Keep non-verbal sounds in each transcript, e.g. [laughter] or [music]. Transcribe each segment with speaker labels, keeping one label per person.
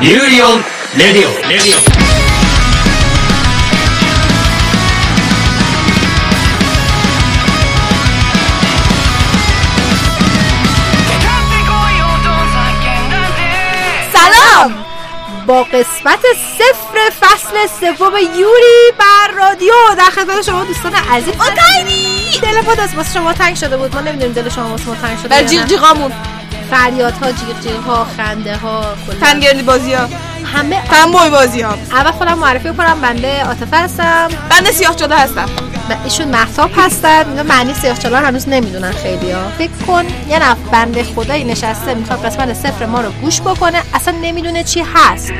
Speaker 1: ユーリオンレディオレディオ
Speaker 2: سلام با قسمت صفر فصل سوم یوری بر رادیو در خدمت شما دوستان عزیز اوتاینی دل ما دست واسه شما تنگ شده بود ما نمیدونیم دل شما واسه ما تنگ شده
Speaker 3: بر
Speaker 2: یا نه.
Speaker 3: جیغ جیغامون
Speaker 2: فریاد ها جیغ جیغ ها خنده ها
Speaker 3: تنگرنی بازی ها
Speaker 2: همه
Speaker 3: تنبوی بازی ها
Speaker 2: اول خودم معرفی کنم بنده عاطفه هستم
Speaker 3: بند سیاه شده هستم
Speaker 2: م- ایشون محتاب هستن اینا معنی سیاهچالا رو هنوز نمیدونن خیلی ها فکر کن یه نفر بنده خدایی نشسته میخواد قسمت صفر ما رو گوش بکنه اصلا نمیدونه چی هست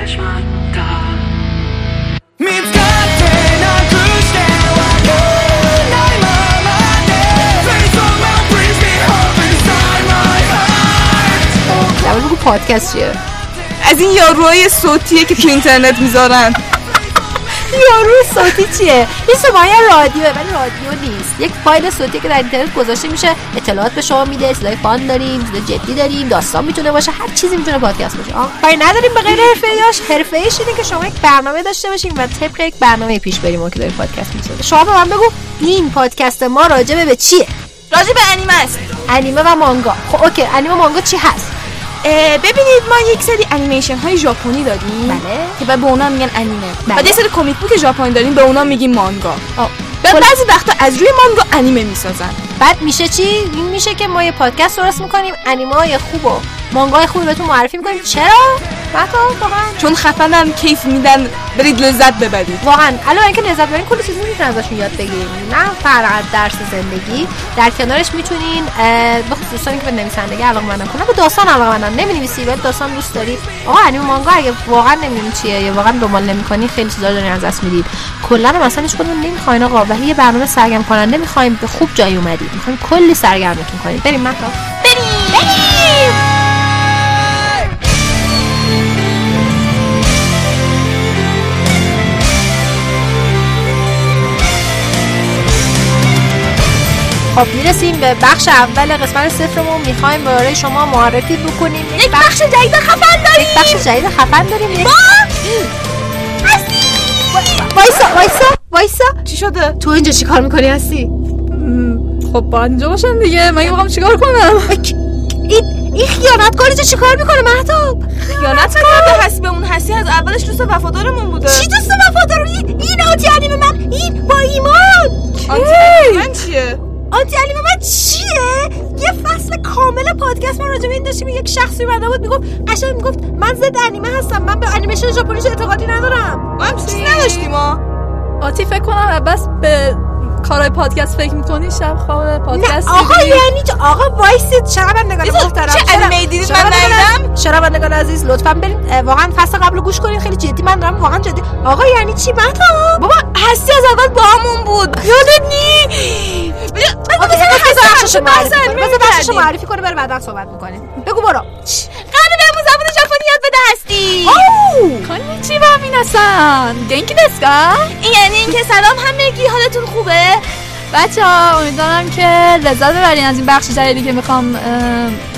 Speaker 2: اول بگو پادکست چیه
Speaker 3: از این یاروهای صوتیه که تو اینترنت میذارن
Speaker 2: یارو صوتی چیه این سمایه رادیوه ولی رادیو نیست یک فایل صوتی که در اینترنت گذاشته میشه اطلاعات به شما میده اصلاح فان داریم صدای جدی داریم داستان میتونه باشه هر چیزی میتونه پادکست باشه آه، کاری نداریم به غیر حرفه ایاش حرفه ایش اینه که شما یک برنامه داشته باشیم و طبق یک برنامه پیش بریم ما که داریم پادکست میسازیم شما به من بگو این پادکست ما راجبه به چیه
Speaker 3: راجع به انیمه است
Speaker 2: انیمه و مانگا خب اوکی انیمه و مانگا چی هست
Speaker 3: اه، ببینید ما یک سری انیمیشن های ژاپنی داریم
Speaker 2: بله.
Speaker 3: که به اونا میگن انیمه
Speaker 2: بله.
Speaker 3: بعد یه سری کمیک بوک ژاپنی داریم به اونا میگیم مانگا
Speaker 2: آه.
Speaker 3: و بعضی وقتا از روی مانگا انیمه میسازن
Speaker 2: بعد میشه چی این میشه که ما یه پادکست درست میکنیم انیمه های خوب و مانگا های خوب رو بهتون معرفی میکنیم چرا مکان واقعا
Speaker 3: چون خفنن کیف میدن برید لذت ببرید
Speaker 2: واقعا الان اینکه لذت برین کلی چیزی میتونین ازشون یاد بگیریم نه فقط درس زندگی در کنارش میتونین بخصوص دوستانی که به نویسندگی علاقه مندن کنن به داستان علاقه مندن نمینویسی ولی داستان دوست داری آقا انیمه مانگا اگه واقعا نمیدونی چیه یا واقعا دنبال نمیکنی خیلی چیزا رو دارین از دست میدید کلا هم اصلا هیچ کدوم نمیخواین آقا ولی یه برنامه سرگرم کننده میخوایم به خوب جایی اومدید میخوایم کلی سرگرمتون کنیم بریم مکان خب میرسیم به بخش اول قسمت صفرمون میخوایم برای شما معرفی بکنیم یک بخش جدید خفن داریم یک بخش جدید خفن داریم یک... هستی وایسا وایسا وایسا
Speaker 3: چی شده
Speaker 2: تو اینجا چیکار میکنی هستی
Speaker 3: خب بانجا باشن دیگه من میخوام چیکار کنم
Speaker 2: این این خیانت کاری تو چیکار میکنه مهتاب
Speaker 3: خیانت کرده هستی به اون هستی از اولش دوست وفادارمون بوده
Speaker 2: چی دوست وفادار این این آتی علیم من این با ایمان
Speaker 3: آنتی من چیه
Speaker 2: آنتی علیم من چیه یه فصل کامل پادکست ما راجع به این داشتیم یک شخصی اومده بود میگفت قشنگ میگفت من ضد انیمه هستم من به انیمیشن ژاپنیش اعتقادی ندارم
Speaker 3: ما هم چیزی نداشتیم ما
Speaker 4: آتی فکر کنم بس به کارهای پادکست فکر میکنی شب خواب
Speaker 2: نه
Speaker 4: پادکست
Speaker 2: آقا یعنی چه آقا وایسید شنوندگان
Speaker 3: بیزا،
Speaker 2: محترم
Speaker 3: چه
Speaker 2: شنو-
Speaker 3: انیمه‌ای دیدید من
Speaker 2: شنوندگان عز-
Speaker 3: ندیدم؟
Speaker 2: شنوندگان عزیز لطفا برید اه، واقعا فصل قبل رو گوش کنین خیلی جدی من دارم واقعا جدی آقا یعنی چی مهتاب
Speaker 3: بابا هستی از اول با
Speaker 4: [laughs]
Speaker 3: همون بود یادت نی
Speaker 2: آقا، بذار بخشش رو معرفی
Speaker 3: بحث
Speaker 2: کنه.
Speaker 3: علمی
Speaker 2: بذار بخشش رو
Speaker 3: کردیم.
Speaker 2: معرفی کنه بره بعدا صحبت میکنیم بگو برو
Speaker 3: قراره بهمون زبان ژاپنی یاد بده هستی
Speaker 4: کنیچی با میناسان گنکی دسکا
Speaker 3: این یعنی اینکه سلام همگی حالتون خوبه
Speaker 4: بچه ها امیدوارم که لذت ببرین از این بخش جدیدی که میخوام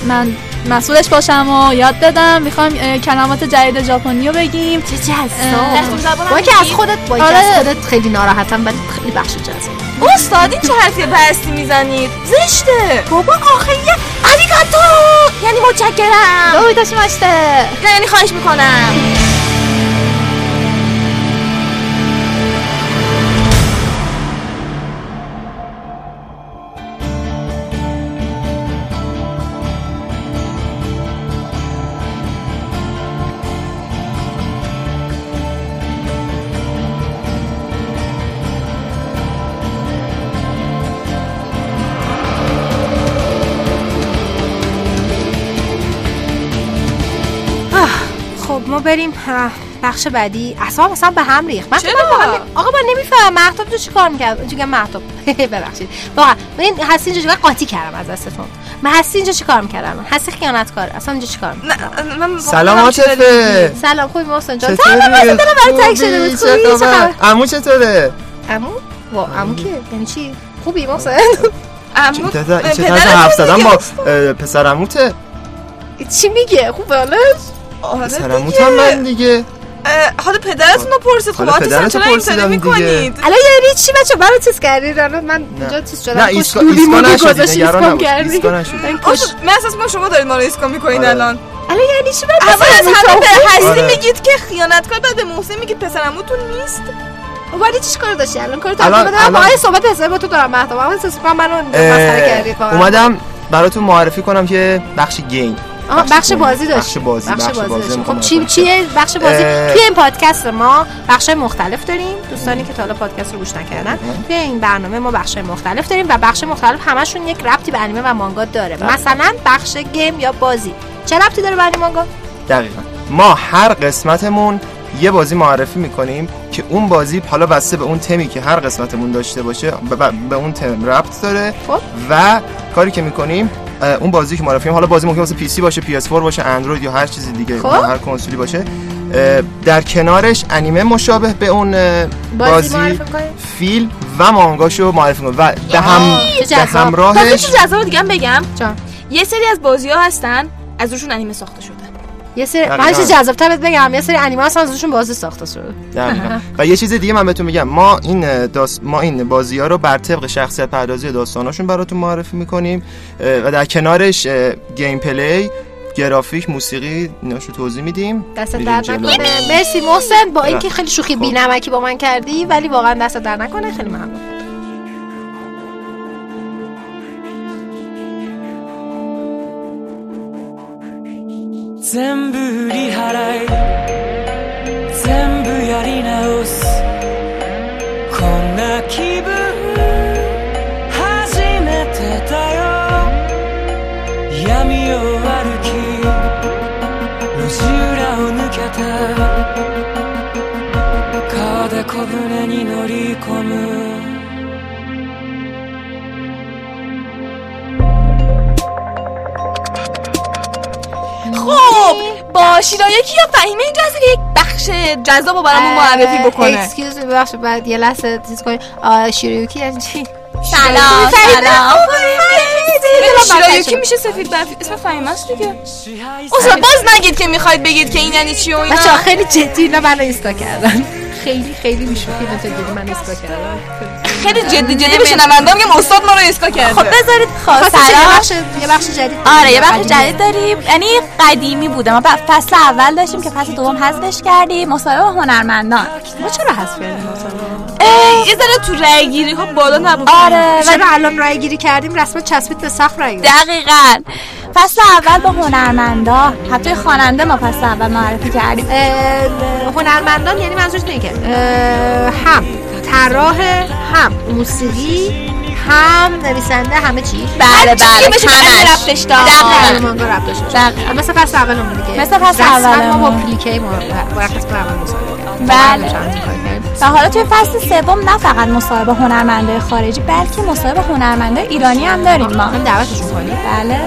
Speaker 4: من مسئولش باشم و یاد بدم میخوام اه، کلمات جدید ژاپنی رو بگیم
Speaker 2: چه
Speaker 4: اه،
Speaker 2: جذاب
Speaker 3: دستور زبان
Speaker 2: با
Speaker 3: هم
Speaker 2: اینکه از
Speaker 3: می‌گی؟
Speaker 2: خودت با اینکه
Speaker 4: آره.
Speaker 2: از خودت خیلی ناراحتم ولی خیلی بخش جذاب
Speaker 3: استاد این چه حرفی به هستی میزنید زشته
Speaker 2: بابا آخه یه
Speaker 3: آریگاتو یعنی متشکرم
Speaker 4: دو داشته
Speaker 3: نه یعنی خواهش میکنم
Speaker 2: خب ما بریم اه، بخش بعدی اصلا مثلا به هم ریخت من
Speaker 3: چرا؟
Speaker 2: من واقعا نمی- آقا من نمیفهمم مهتاب تو چیکار میکرد چون مهتاب [laughs] ببخشید واقعا من این هستی اینجا چیکار قاطی کردم از دستتون من هستی اینجا چیکار میکردم هستی خیانت کار اصلا اینجا چیکار می‌کرد؟
Speaker 3: خب،
Speaker 1: سلام عاطفه
Speaker 2: سلام خوبی محسن جان
Speaker 1: چطوری؟
Speaker 2: سلام محسن دلم برای تک شده بود
Speaker 1: خوبی؟
Speaker 2: خوبی
Speaker 1: چه
Speaker 2: چه
Speaker 1: خبر؟
Speaker 2: خبر
Speaker 1: عمو چطوره
Speaker 2: عمو وا عمو کیه یعنی چی خوبی محسن [laughs] آره
Speaker 1: دادا این چه طرز حرف زدن با اه، پسر عموته
Speaker 5: چی میگه خوب بالش
Speaker 3: آره
Speaker 1: سرموت هم من دیگه
Speaker 3: اه، حالا پدرتون رو پرسید خب
Speaker 1: حالا
Speaker 3: آتیسم
Speaker 1: پدرتو
Speaker 3: چرا اینطوری
Speaker 1: پرسیدم دیگه.
Speaker 3: میکنید
Speaker 2: الان یعنی چی بچه برای چیز کردی الان من اینجا چیز شدم
Speaker 1: نه
Speaker 2: خوش
Speaker 1: ایسکا
Speaker 2: دولی
Speaker 1: ایسکا
Speaker 2: مودی
Speaker 1: نشدید
Speaker 2: گذاشتی،
Speaker 1: نگران
Speaker 2: ایسکام
Speaker 1: نباشید
Speaker 2: کردی.
Speaker 1: ایسکا نشدید
Speaker 3: آخه، من احساس ما شما دارید ما رو ایسکا میکنید
Speaker 1: آره.
Speaker 3: الان
Speaker 2: الان یعنی چی بچه
Speaker 3: اول از
Speaker 2: سرموت
Speaker 3: همه به
Speaker 2: آخوندی؟
Speaker 3: هستی
Speaker 1: آره.
Speaker 3: میگید که خیانت کار بعد به محسن میگید پسرموتون نیست
Speaker 2: ولی چیش کار داشتی الان کار تو
Speaker 1: الان-
Speaker 2: الان
Speaker 1: الان-
Speaker 2: الان آقای صحبت حساب با تو دارم مهتاب اما احساس کنم منو مسخره کردید
Speaker 1: اه،
Speaker 2: واقعا.
Speaker 1: اومدم براتون معرفی کنم که بخش گیم
Speaker 2: آها
Speaker 1: بخش
Speaker 2: بخش
Speaker 1: گیم.
Speaker 2: بازی داشت
Speaker 1: بخش بازی،
Speaker 2: بخش
Speaker 1: بخش
Speaker 2: بازی
Speaker 1: بازی
Speaker 2: داشت. خب
Speaker 1: می‌خوام
Speaker 2: چی
Speaker 1: معرفی
Speaker 2: چیه بخش بازی
Speaker 1: اه.
Speaker 2: توی این پادکست ما بخش مختلف داریم دوستانی که تا حالا پادکست رو گوش نکردن توی این برنامه ما بخش مختلف داریم و بخش مختلف همشون یک ربطی به انیمه و مانگا داره
Speaker 1: بله.
Speaker 2: مثلا بخش گیم یا بازی چه ربطی داره به انیمه مانگا
Speaker 1: دقیقا ما هر قسمتمون یه بازی معرفی میکنیم که اون بازی حالا بسته به اون تمی که هر قسمتمون داشته باشه ب- ب- به اون تم ربط داره
Speaker 2: خب.
Speaker 1: و کاری که میکنیم اون بازی که معرفی می‌کنیم، حالا بازی ممکن واسه پی سی باشه پی اس 4 باشه اندروید یا هر چیز دیگه
Speaker 2: خب.
Speaker 1: یا هر کنسولی باشه اه، در کنارش انیمه مشابه به اون اه،
Speaker 2: بازی
Speaker 1: بازی,
Speaker 2: معرفی می‌کنیم؟
Speaker 1: فیلم و مانگاشو معرفی می‌کنیم و به هم
Speaker 2: چه
Speaker 1: به
Speaker 2: جذاب.
Speaker 3: تازه
Speaker 1: همراهش
Speaker 3: خب، چیز از دیگه هم بگم
Speaker 2: جان.
Speaker 3: یه سری از بازی ها هستن از روشون انیمه ساخته شده
Speaker 2: یه سری
Speaker 1: دقیقاً.
Speaker 2: من چه جذاب‌تر بهت بگم یه سری انیمه هستن ازشون بازی ساخته شده
Speaker 1: دقیقاً. و یه چیز دیگه من بهتون میگم ما این داست... ما این بازی ها رو بر طبق شخصیت پردازی داستاناشون براتون معرفی میکنیم و در کنارش اه، گیم پلی گرافیک موسیقی ایناشو توضیح میدیم
Speaker 2: دست
Speaker 1: میریم
Speaker 2: در
Speaker 1: جلو.
Speaker 2: نکنه مرسی محسن با اینکه خیلی شوخی
Speaker 1: خب.
Speaker 2: بینمکی با من کردی ولی واقعا دست در نکنه خیلی ممنون
Speaker 6: 全部リハライ全部やり直すこんな気分初めてだよ闇を歩き路地裏を抜けて川で小舟に乗り込む
Speaker 3: خب با شیرایکی یا فهیمه اینجا هست که یک بخش جذاب رو برامون معرفی بکنه
Speaker 2: اکسکیوز می بخش بعد یه لحظه چیز کنی آه، شیریوکی یعنی چی
Speaker 3: سلام سلام شیرایکی
Speaker 2: شده.
Speaker 3: میشه سفید برفی اسم فهیمه است دیگه
Speaker 6: 支配さ
Speaker 3: اصلا باز نگید که میخواید بگید که این یعنی چی و اینا
Speaker 2: بچه خیلی جدی اینا من ایستا کردن خیلی خیلی میشوخی به تو دیدی من ایستا کردم
Speaker 3: خیلی جدی جدی به شنونده میگم استاد ما رو ایسکا کرده
Speaker 7: خب بذارید خب
Speaker 2: خواستش یه
Speaker 7: سلام
Speaker 2: بخش یه بخش جدید
Speaker 7: آره یه بخش جدید داریم یعنی قدیمی بوده ما ب- فصل اول داشتیم که فصل دوم حذفش کردیم مصاحبه با هنرمندان
Speaker 2: ما چرا حذف کردیم مثلا؟
Speaker 3: یه ذره تو رای گیری خب بالا نبود
Speaker 7: آره و
Speaker 2: چرا الان رای گیری کردیم رسما چسبید به سقف رای گیری.
Speaker 7: دقیقا فصل اول با هنرمندان حتی خواننده ما فصل اول معرفی کردیم
Speaker 2: اه، هنرمندان یعنی منظورش اینه که اه، هم طراح هم موسیقی هم نویسنده همه چی
Speaker 7: بله بله
Speaker 3: بشه
Speaker 7: همش.
Speaker 3: بنده رفتش دار.
Speaker 2: اول
Speaker 7: دقیقاً.
Speaker 2: آره، مانگا ربط داشته باشه.
Speaker 7: دقیقاً.
Speaker 2: مثل فصل اولمون دیگه
Speaker 7: مثل فصل
Speaker 2: رسما ما با
Speaker 7: اولمون.
Speaker 2: پلیکه ما مرخص به اول مصاحبه کردیم.
Speaker 7: بله.
Speaker 2: چند تا کار کردیم.
Speaker 7: و حالا توی فصل سوم نه فقط مصاحبه هنرمنده خارجی بلکه مصاحبه هنرمنده ایرانی هم داریم ما
Speaker 2: هم دعوتشون کنیم
Speaker 7: بله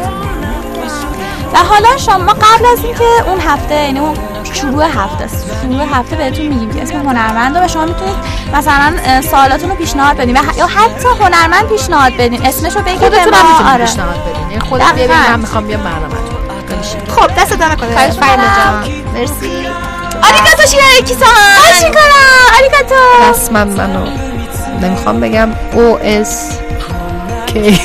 Speaker 7: و حالا شما قبل از اینکه اون هفته یعنی اون شروع هفته است. شروع هفته بهتون میگیم که اسم هنرمند رو و شما میتونید مثلا اه، سوالاتون رو پیشنهاد بدین و ح- یا حتی هنرمند پیشنهاد بدین اسمش رو بگید به
Speaker 2: خودتون هم
Speaker 7: ما
Speaker 2: میتونید
Speaker 7: آره
Speaker 2: پیشنهاد بدین یعنی خودم بیا بگم
Speaker 7: دقیقاً.
Speaker 2: من میخوام بیام برنامه خب دست در نکنه
Speaker 7: خواهش
Speaker 2: فهیمه
Speaker 7: می‌کنم.
Speaker 2: جان. مرسی
Speaker 7: آریگاتو شیراکی سان آشیکارا آریگاتو
Speaker 2: رسما منو نمیخوام بگم او اس [laughs] کی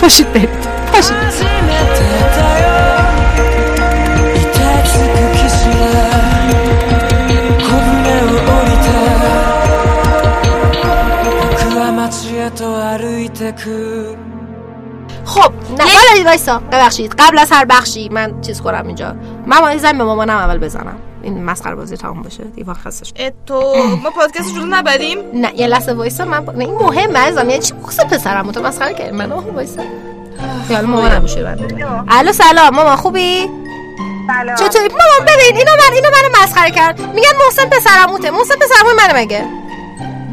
Speaker 2: پاشید برید پاشید
Speaker 6: 初めてだよいてつく騎士で小舟を降りて僕は町へと歩いてく
Speaker 2: خب نه ولی وایسا ببخشید قبل از هر بخشی من چیز کنم اینجا من باید زن به مامانم اول بزنم این مسخره بازی تموم باشه دیوان خستش
Speaker 3: اه، تو ما پادکست شروع نبریم
Speaker 2: نه یه لحظه وایسا من با... نه این مهمه عزیزم یعنی چی بخصه پسرم تو مسخره کرد من آه وایسا خیال مامانم میشه من الو سلام مامان خوبی سلام چطوری مامان ببین اینا من اینا منو مسخره کرد میگن محسن پسرموته محسن پسرموی منه مگه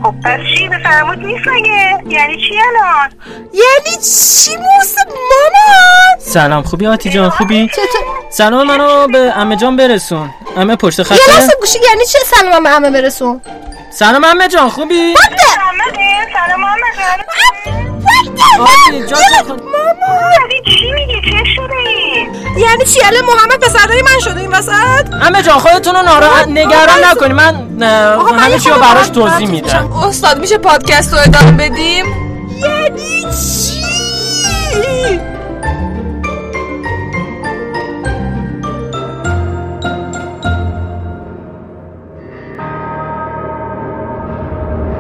Speaker 8: خب پس چی به فرمود نیست مگه یعنی چی الان
Speaker 2: یعنی چی محسن مامان
Speaker 9: سلام خوبی آتی جان خوبی
Speaker 2: چطور
Speaker 9: سلام منو به عمه جان برسون عمه پشت
Speaker 2: یه لحظه
Speaker 9: خطه
Speaker 2: گوشی یعنی چه سلام همه برسون
Speaker 9: سلام عمه جان خوبی
Speaker 8: محمد سلام محمد
Speaker 9: آره جا کن
Speaker 8: این چی میگی چه شده ای
Speaker 3: یعنی چی الان محمد پسرداری من شده این وسط
Speaker 9: همه جان خودتون رو ناراحت نگران نکنی من
Speaker 3: آقا،
Speaker 9: اه،
Speaker 3: من یه
Speaker 9: همه چی رو
Speaker 3: خورده
Speaker 9: براش
Speaker 3: برات- براتون
Speaker 9: توضیح میدم
Speaker 3: میشم. استاد میشه پادکست رو ادامه بدیم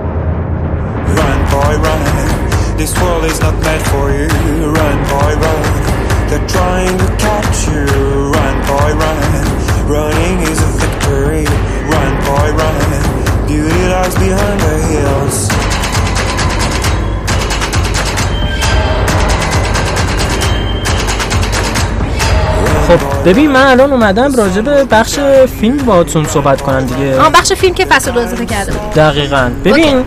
Speaker 6: Run, boy, run. This world is not meant for you. Run, boy, run. They're trying to catch you. Run, boy, run. Running is a victory. Run, boy, run. Beauty lies behind the hills.
Speaker 9: خب ببین من الان اومدم راجع به بخش فیلم باهاتون صحبت کنم دیگه
Speaker 2: آن بخش فیلم که فصل دو اضافه کرده بودیم
Speaker 9: دقیقا ببین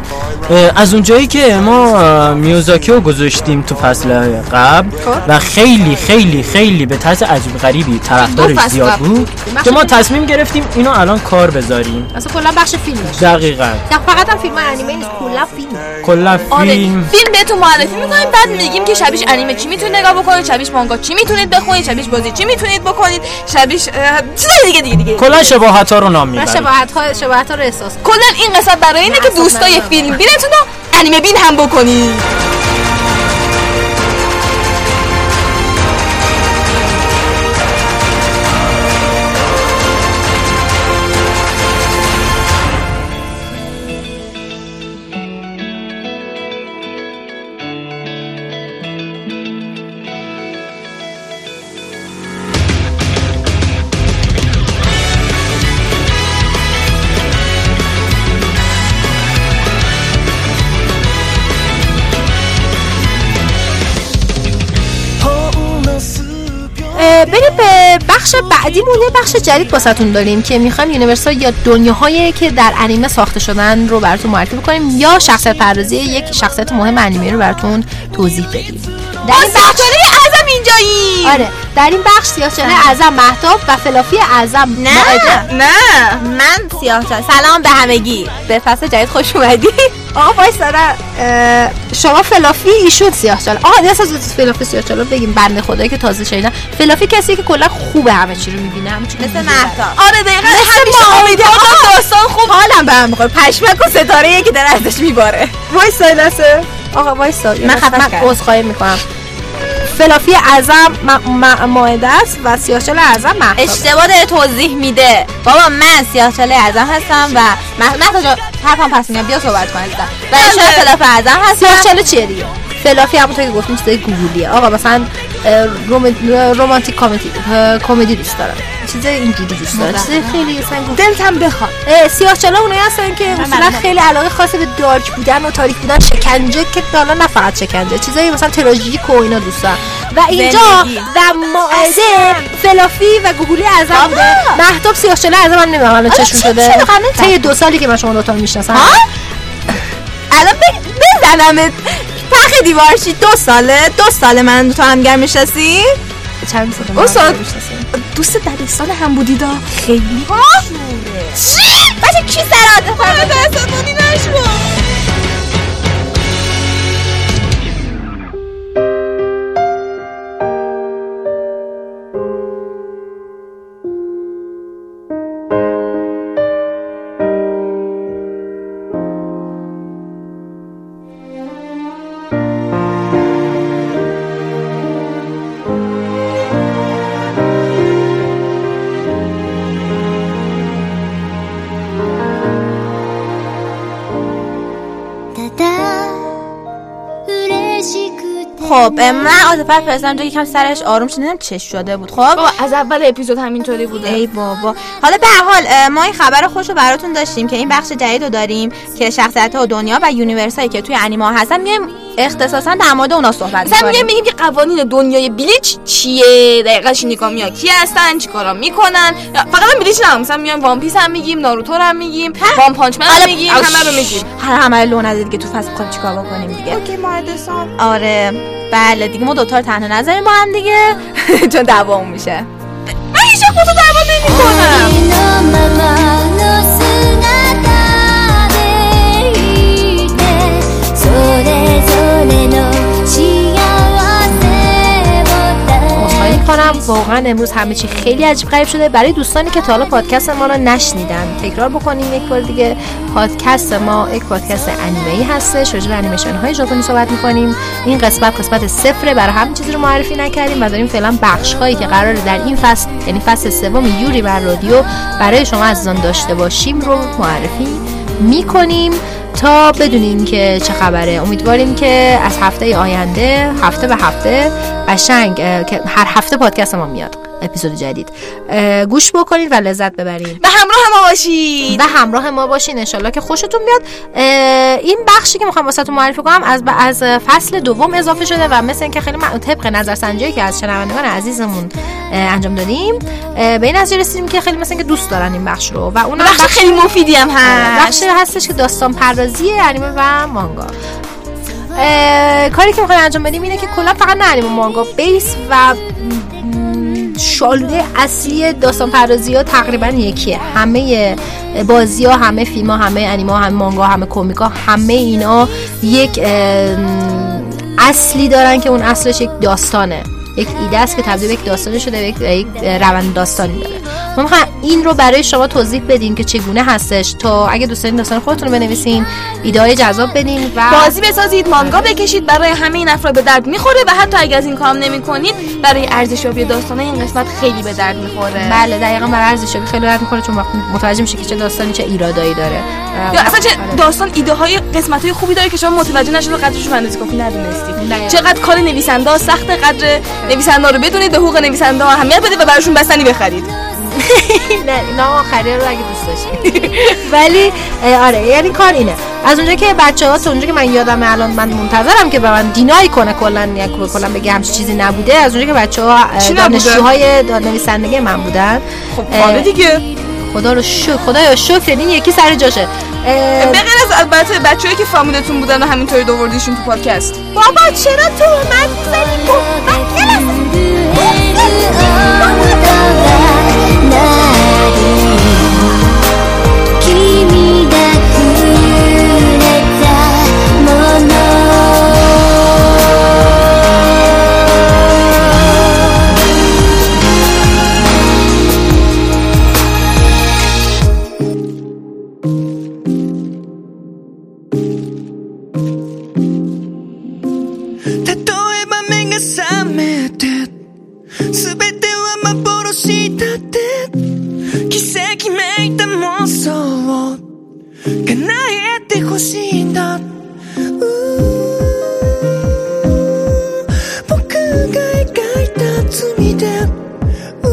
Speaker 9: اه، از اونجایی که ما اه، میوزاکی رو گذاشتیم تو فصل قبل
Speaker 3: خب.
Speaker 9: و خیلی خیلی خیلی به طرز عجیب غریبی
Speaker 3: دو
Speaker 9: طرفدارش
Speaker 3: فصل
Speaker 9: زیاد
Speaker 3: قبل
Speaker 9: بود
Speaker 2: بخش
Speaker 9: که ما
Speaker 2: فیلم-
Speaker 9: تصمیم گرفتیم اینو الان کار بذاریم
Speaker 2: اصلا کلا بخش فیلمش
Speaker 9: دقیقا
Speaker 2: نه فقط هم فیلم انیمه نیست کلا فیلم
Speaker 9: کلا
Speaker 3: آره
Speaker 9: فیلم
Speaker 3: فیلم بهتون معرفی میکنیم بعد میگیم که شبیش انیمه چی میتونید نگاه بکنید شبیش مانگا چی میتونید بخونید شبیش بازی چی میتونید بکنید شبیش اه، چیزای دیگه دیگه دیگه
Speaker 9: کلا شباهت ها رو نام
Speaker 2: و
Speaker 9: میبریم
Speaker 2: شباهت ها شباهت ها رو احساس کن.
Speaker 3: کلا این قسمت برای اینه که
Speaker 2: اصلا
Speaker 3: دوستای
Speaker 2: ندارم.
Speaker 3: فیلم بینتون رو انیمه بین هم بکنید
Speaker 2: اه، بریم به بخش بعدیمون یه بخش جدید باستون داریم که میخوایم یونیورسال یا دنیاهایی که در انیمه ساخته شدن رو براتون معرفی بکنیم یا شخصیت پردازی یک شخصیت مهم انیمه رو براتون توضیح بدیم در این بخش
Speaker 3: اعظم اینجایی
Speaker 2: آره در این بخش سیاهچاله اعظم مهتاب و فلافی اعظم مائده.
Speaker 3: نه
Speaker 7: من سیاه سلام به همگی به فصل جدید خوش اومدی
Speaker 2: آقا وای سارا اه، شما فلافی ایشون سیاهچاله آقا دست از فلافی سیاهچاله بگیم بنده خدایی که تازه شنیدم فلافی کسی که کلا خوبه همه چی رو میبینه مثل
Speaker 3: آره دقیقا همیشه امیدوار داستان خوب
Speaker 7: حالم به هم میخوره پشمک و ستاره یکی در ازش میباره
Speaker 2: وایسا نسه آقا وایسا من
Speaker 7: نفس
Speaker 2: خدمت
Speaker 7: کرد.
Speaker 2: عذرخواهی میکنم فلافی اعظم م- م- مائده است و سیاهچال اعظم محتاب
Speaker 7: اشتباه داره توضیح میده بابا من سیاهچاله اعظم هستم و مه- مهدا جان حرفم پس میگم بیا صحبت کن عزیزم و اشتباه خلاف اعظم هستم
Speaker 2: سیاهچاله بله. چیه دیگه فلافی همونطور که گفتیم چیزای گوگلیه آقا مثلا اه، روم- اه، رومانتیک کمدی اه، کمدی دوست دارم چیز اینجوری دوست دارم چیز خیلی دلت هم بخواد سیاهچاله اونایی هستن که مثلا خیلی علاقه خاصی به دارک بودن و تاریک بودن شکنجه که تا حالا نه فقط شکنجه چیزایی مثلا تراژیک و اینا دوست دارم و اینجا
Speaker 7: زندگی.
Speaker 2: و مائده فلافی و گوگولی اعظم بوده مهتاب سیاهچاله اعظم هم نمیدونم الان چشم شده طی دو سالی که من شما دوتا رو میشناسم
Speaker 7: الان ب- بزنمت پخ دیوارشی دو ساله دو سال من تو همگر میشستیم
Speaker 2: چند سال
Speaker 7: اون سال-
Speaker 2: می‌شناسم.
Speaker 7: دوست در یک سال هم بودی دا خیلی چی؟ باشه کی سر آدم عصبانی نشو خب اه، من آتفر فرستم جا یکم سرش آروم شد نمیدونم چش شده بود خب
Speaker 3: بابا از اول اپیزود همینطوری بوده
Speaker 7: ای بابا حالا به هر حال اه، ما این خبر خوش رو براتون داشتیم که این بخش جدید رو داریم که شخصیت ها دنیا و یونیورس هایی که توی انیما هستن میایم اختصاصا در مورد اونا صحبت
Speaker 3: مثلا میگه
Speaker 2: بله.
Speaker 7: می‌کنیم
Speaker 3: میگیم که قوانین دنیای بلیچ چیه دقیقش نیکامیا کی هستن چیکارا میکنن فقط هم بلیچ نه مثلا میایم وان پیس هم میگیم ناروتو رو هم میگیم وان پانچ من هم میگیم همه رو میگیم
Speaker 7: هر همه رو لو نده دیگه تو فصل می‌خوایم چیکار بکنیم دیگه اوکی آره بله دیگه ما دوتا رو تنها نذاریم با هم دیگه [laughs] چون دعوامون میشه
Speaker 3: من هیچ وقت خودو دعوا نمیکنم
Speaker 2: واقعا امروز همه چی خیلی عجیب غریب شده برای دوستانی که تا حالا پادکست ما رو نشنیدن تکرار بکنیم یک بار دیگه پادکست ما یک پادکست انیمه ای هستش راجع به انیمیشن های ژاپنی صحبت میکنیم این قسمت قسمت صفره برای همین چیزی رو معرفی نکردیم و داریم فعلا بخش هایی که قراره در این فصل یعنی فصل سوم یوری بر رادیو برای شما عزیزان داشته باشیم رو معرفی میکنیم تا بدونیم که چه خبره امیدواریم که از هفته آینده هفته به هفته قشنگ اه، که هر هفته پادکست ما میاد اپیزود جدید اه، گوش بکنید و لذت ببرید
Speaker 3: به همراه ما باشید
Speaker 2: و همراه ما باشین انشالله که خوشتون بیاد اه، این بخشی که میخوام واسهتون معرفی کنم از ب- از فصل دوم اضافه شده و مثل اینکه خیلی من طبق نظرسنجی که از شنوندگان عزیزمون اه، انجام دادیم اه، به این نتیجه رسیدیم که خیلی مثل اینکه دوست دارن این بخش رو و اون
Speaker 3: بخش خیلی مفیدی هم هست
Speaker 2: بخش هستش که داستان پردازی انیمه و مانگا اه، کاری که میخوایم انجام بدیم اینه که کلا فقط نه انیمه مانگا بیس و م، شالوده اصلی داستان پردازی ها تقریبا یکیه همه بازی ها همه فیلم ها همه انیما همه مانگا همه کمیکا همه اینا یک اه، اصلی دارن که اون اصلش یک داستانه یک ایده است که تبدیل به یک داستان شده به یک, یک روند داستانی داره ما میخوایم این رو برای شما توضیح بدیم که چگونه هستش تا اگه دوست دارین داستان خودتون رو بنویسین ایده های جذاب بدین و
Speaker 3: بازی بسازید مانگا بکشید برای همه این افراد به درد میخوره و حتی اگر از این کام نمیکنید برای ارزشیابی داستانه این قسمت خیلی به درد میخوره
Speaker 2: بله دقیقا برای ارزشیابی خیلی درد میخوره چون وقتی متوجه میشه که چه داستانی چه ایرادایی داره
Speaker 3: یا اصلا چه
Speaker 2: آره.
Speaker 3: داستان ایده های قسمت های خوبی داره که شما متوجه نشد و قدرش رو اندازه کافی ندونستید
Speaker 2: دقیقاً.
Speaker 3: چقدر کار نویسنده ها سخت قدر نویسنده ها رو بدونید به حقوق نویسنده ها اهمیت بدید و براشون بستنی بخرید
Speaker 2: [laughs] نه اینا آخری رو اگه دوست داشتین [laughs] ولی اه، آره یعنی کار اینه از اونجا که بچه ها تا اونجا که من یادم الان من منتظرم که به من دینای کنه کلا یک- کلا بگه همچین چیزی نبوده از اونجا که بچه ها
Speaker 3: چی نبوده؟
Speaker 2: دانشجوهای دا- نویسندگی من بودن
Speaker 3: خب
Speaker 2: اه،
Speaker 3: حالا دیگه
Speaker 2: خدا رو شکر خدایا شکر این یکی سر جاشه اه،
Speaker 3: به غیر از البته بچه‌ای که فامیلتون بودن و همینطوری دووردیشون تو پادکست
Speaker 2: بابا چرا تو من میزنی
Speaker 6: 例えば目が覚めて全ては幻だって奇跡めいた妄想を叶えてほしいんだうー僕が描いた罪でう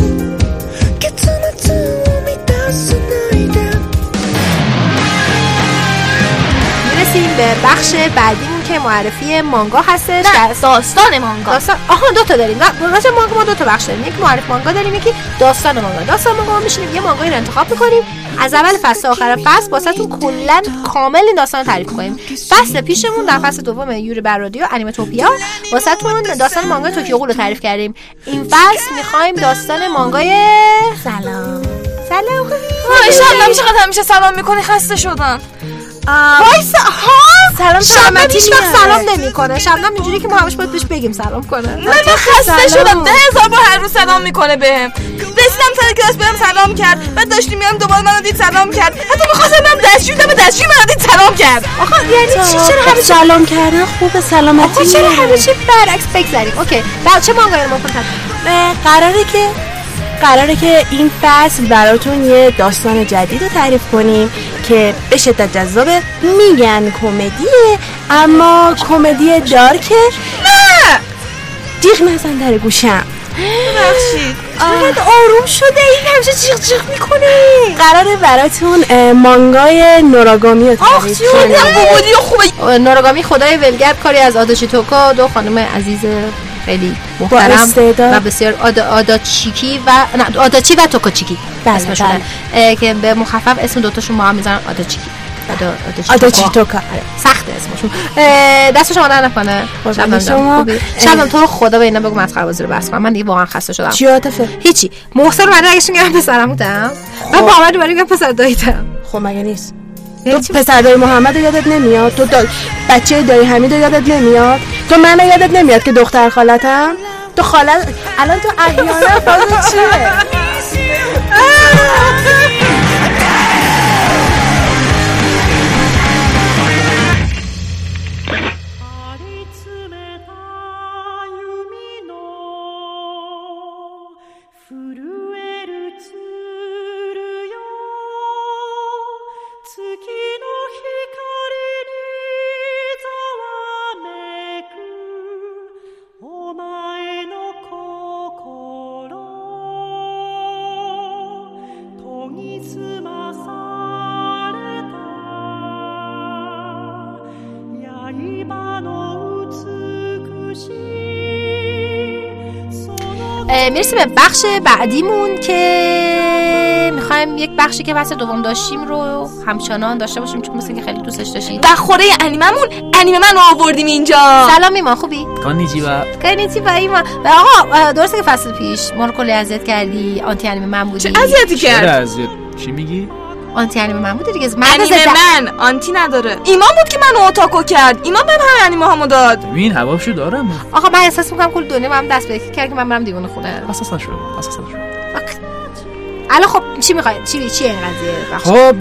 Speaker 6: ー結末を満たさないで
Speaker 2: میرسیم به بخش بعدیمون که معرفی مانگا هستش در-
Speaker 7: داستان مانگا
Speaker 2: داستان آها دو تا داریم نه، راجع به مانگا ما دو تا بخش داریم یک معرف مانگا داریم یکی داستان مانگا داستان مانگا ما میشینیم یه مانگایی رو انتخاب میکنیم از اول فصل تا آخر فصل واسهتون کلا کامل این داستان رو تعریف کنیم فصل پیشمون در فصل دوم یوری بر رادیو انیمه توپیا واسهتون داستان مانگا توکیو گول رو تعریف کردیم این فصل میخوایم داستان مانگای سلام سلام
Speaker 3: ایشالله میشه قد همیشه سلام میکنی خسته شدم
Speaker 2: وایسا ها سلام شبنم
Speaker 3: سلامتی
Speaker 2: هیچ وقت
Speaker 3: میاره.
Speaker 2: سلام نمیکنه شبنم اینجوری که ما همش باید بهش بگیم سلام کنه
Speaker 3: نه من خسته شدم ده هزار بار هر روز سلام میکنه بهم رسیدم سر کلاس بهم سلام کرد بعد داشتیم میام دوباره منو دید سلام کرد حتی میخواستم برم دستشویی دم دستشویی منو دید سلام کرد
Speaker 2: آخه یعنی چی چرا همیشه
Speaker 7: سلام کردن خوب سلامتی
Speaker 2: آخه چرا همیشه برعکس بگذاریم اوکی بعد چه مانگایی رو ما کنتر
Speaker 7: اه، قراره که قراره که این فصل براتون یه داستان جدید رو تعریف کنیم که به شدت جذابه میگن کمدیه اما کمدی دارکه نه جیغ نزن در گوشم
Speaker 3: ببخشید
Speaker 7: چقدر آروم شده این همیشه جیغ جیغ میکنه قراره براتون اه، مانگای نوراگامی رو تعریف کنم
Speaker 3: بودی و خوبه
Speaker 2: نوراگامی خدای ولگرد کاری از آداشی توکا دو خانم عزیز خیلی
Speaker 7: با
Speaker 2: محترم
Speaker 7: استعداد.
Speaker 2: و بسیار آدا آداچیکی و نه آداچی و توکاچیکی
Speaker 7: بله،
Speaker 2: اسمشونه.
Speaker 7: بله.
Speaker 2: اه، که به مخفف اسم دوتاشون ما هم میذارن آداچیکی آدا آداچی
Speaker 7: آداچی
Speaker 2: توکا.
Speaker 7: توکا.
Speaker 2: آره، سخت اسمشون دست شما در نکنه
Speaker 7: قربان
Speaker 2: شبنم جان
Speaker 7: خب، شما.
Speaker 2: خوبی؟ شبنم تو رو خدا به اینا بگو مسخره بازی رو بس کن من دیگه واقعا خسته شدم
Speaker 7: چی عاطفه
Speaker 2: هیچی محسن رو برای اگه میگم پسرم بودم من باور برای میگم پسر یعنی داییدم
Speaker 7: خب مگه نیست تو پسر دایی محمد رو یادت نمیاد تو دا... بچه دایی حمید رو یادت نمیاد تو من یادت نمیاد که دختر خالتم
Speaker 10: تو خاله الان تو احیانا فاز چیه
Speaker 2: اه، میرسیم به بخش بعدیمون که میخوایم یک بخشی که بحث دوم داشتیم رو همچنان داشته باشیم چون مثل که خیلی دوستش داشتید
Speaker 3: در خوره انیممون انیمه من رو آوردیم اینجا
Speaker 2: سلام ایمان خوبی
Speaker 5: کانیجیوا
Speaker 2: کنیتی با ایمان و آقا اه، درسته که فصل پیش ما رو کلی اذیت کردی آنتی انیمه من بودی
Speaker 3: اذیتی کرد
Speaker 5: آره، چی میگی؟
Speaker 2: آنتی انیمه من بودی دیگه مرد
Speaker 3: انیمه
Speaker 2: ضد-
Speaker 3: من آنتی نداره ایمان بود که منو اتاکو کرد ایمان بهم همه انیمه هامو داد
Speaker 5: ببین هواشو دارم
Speaker 2: آقا من احساس میکنم کل دنیا من دست به یکی کرد که من برم دیوونه خونه
Speaker 5: اساسا شد اساسا شد
Speaker 2: آخ. الان خب چی میخواید چی چی این قضیه بخش
Speaker 5: خب اه،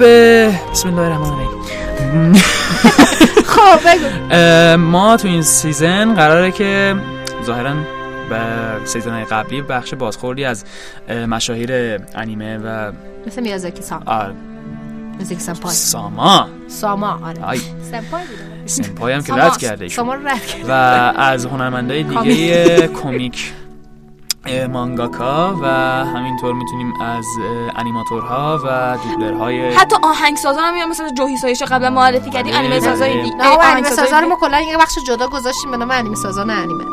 Speaker 5: بسم الله الرحمن الرحیم
Speaker 2: [laughs] خب بگو
Speaker 5: اه، ما تو این سیزن قراره که ظاهرا به سیزن قبلی بخش بازخوردی از اه، مشاهیر انیمه و
Speaker 2: مثل میازاکی سام
Speaker 5: آه،
Speaker 2: میازاکی سامپای
Speaker 5: ساما
Speaker 2: ساما آره
Speaker 5: آی
Speaker 2: سامپای بوده
Speaker 5: سنپای هم که
Speaker 2: ساما-
Speaker 5: رد کرده ایشون.
Speaker 2: ساما رو رد کرد
Speaker 5: و از هنرمندای دیگه کمیک اه، مانگاکا و همینطور میتونیم از اه، انیماتورها و دوبلرهای
Speaker 3: حتی آهنگسازا هم میان مثلا جوهی سایش قبلا معرفی کردی
Speaker 5: آره،
Speaker 3: انیمه سازای
Speaker 5: آره.
Speaker 3: دیگه
Speaker 2: نه آقا انیمه
Speaker 3: آهنگسازای
Speaker 2: سازا رو
Speaker 3: دیگه.
Speaker 2: ما کلا یه بخش جدا گذاشتیم به نام انیمه سازان انیمه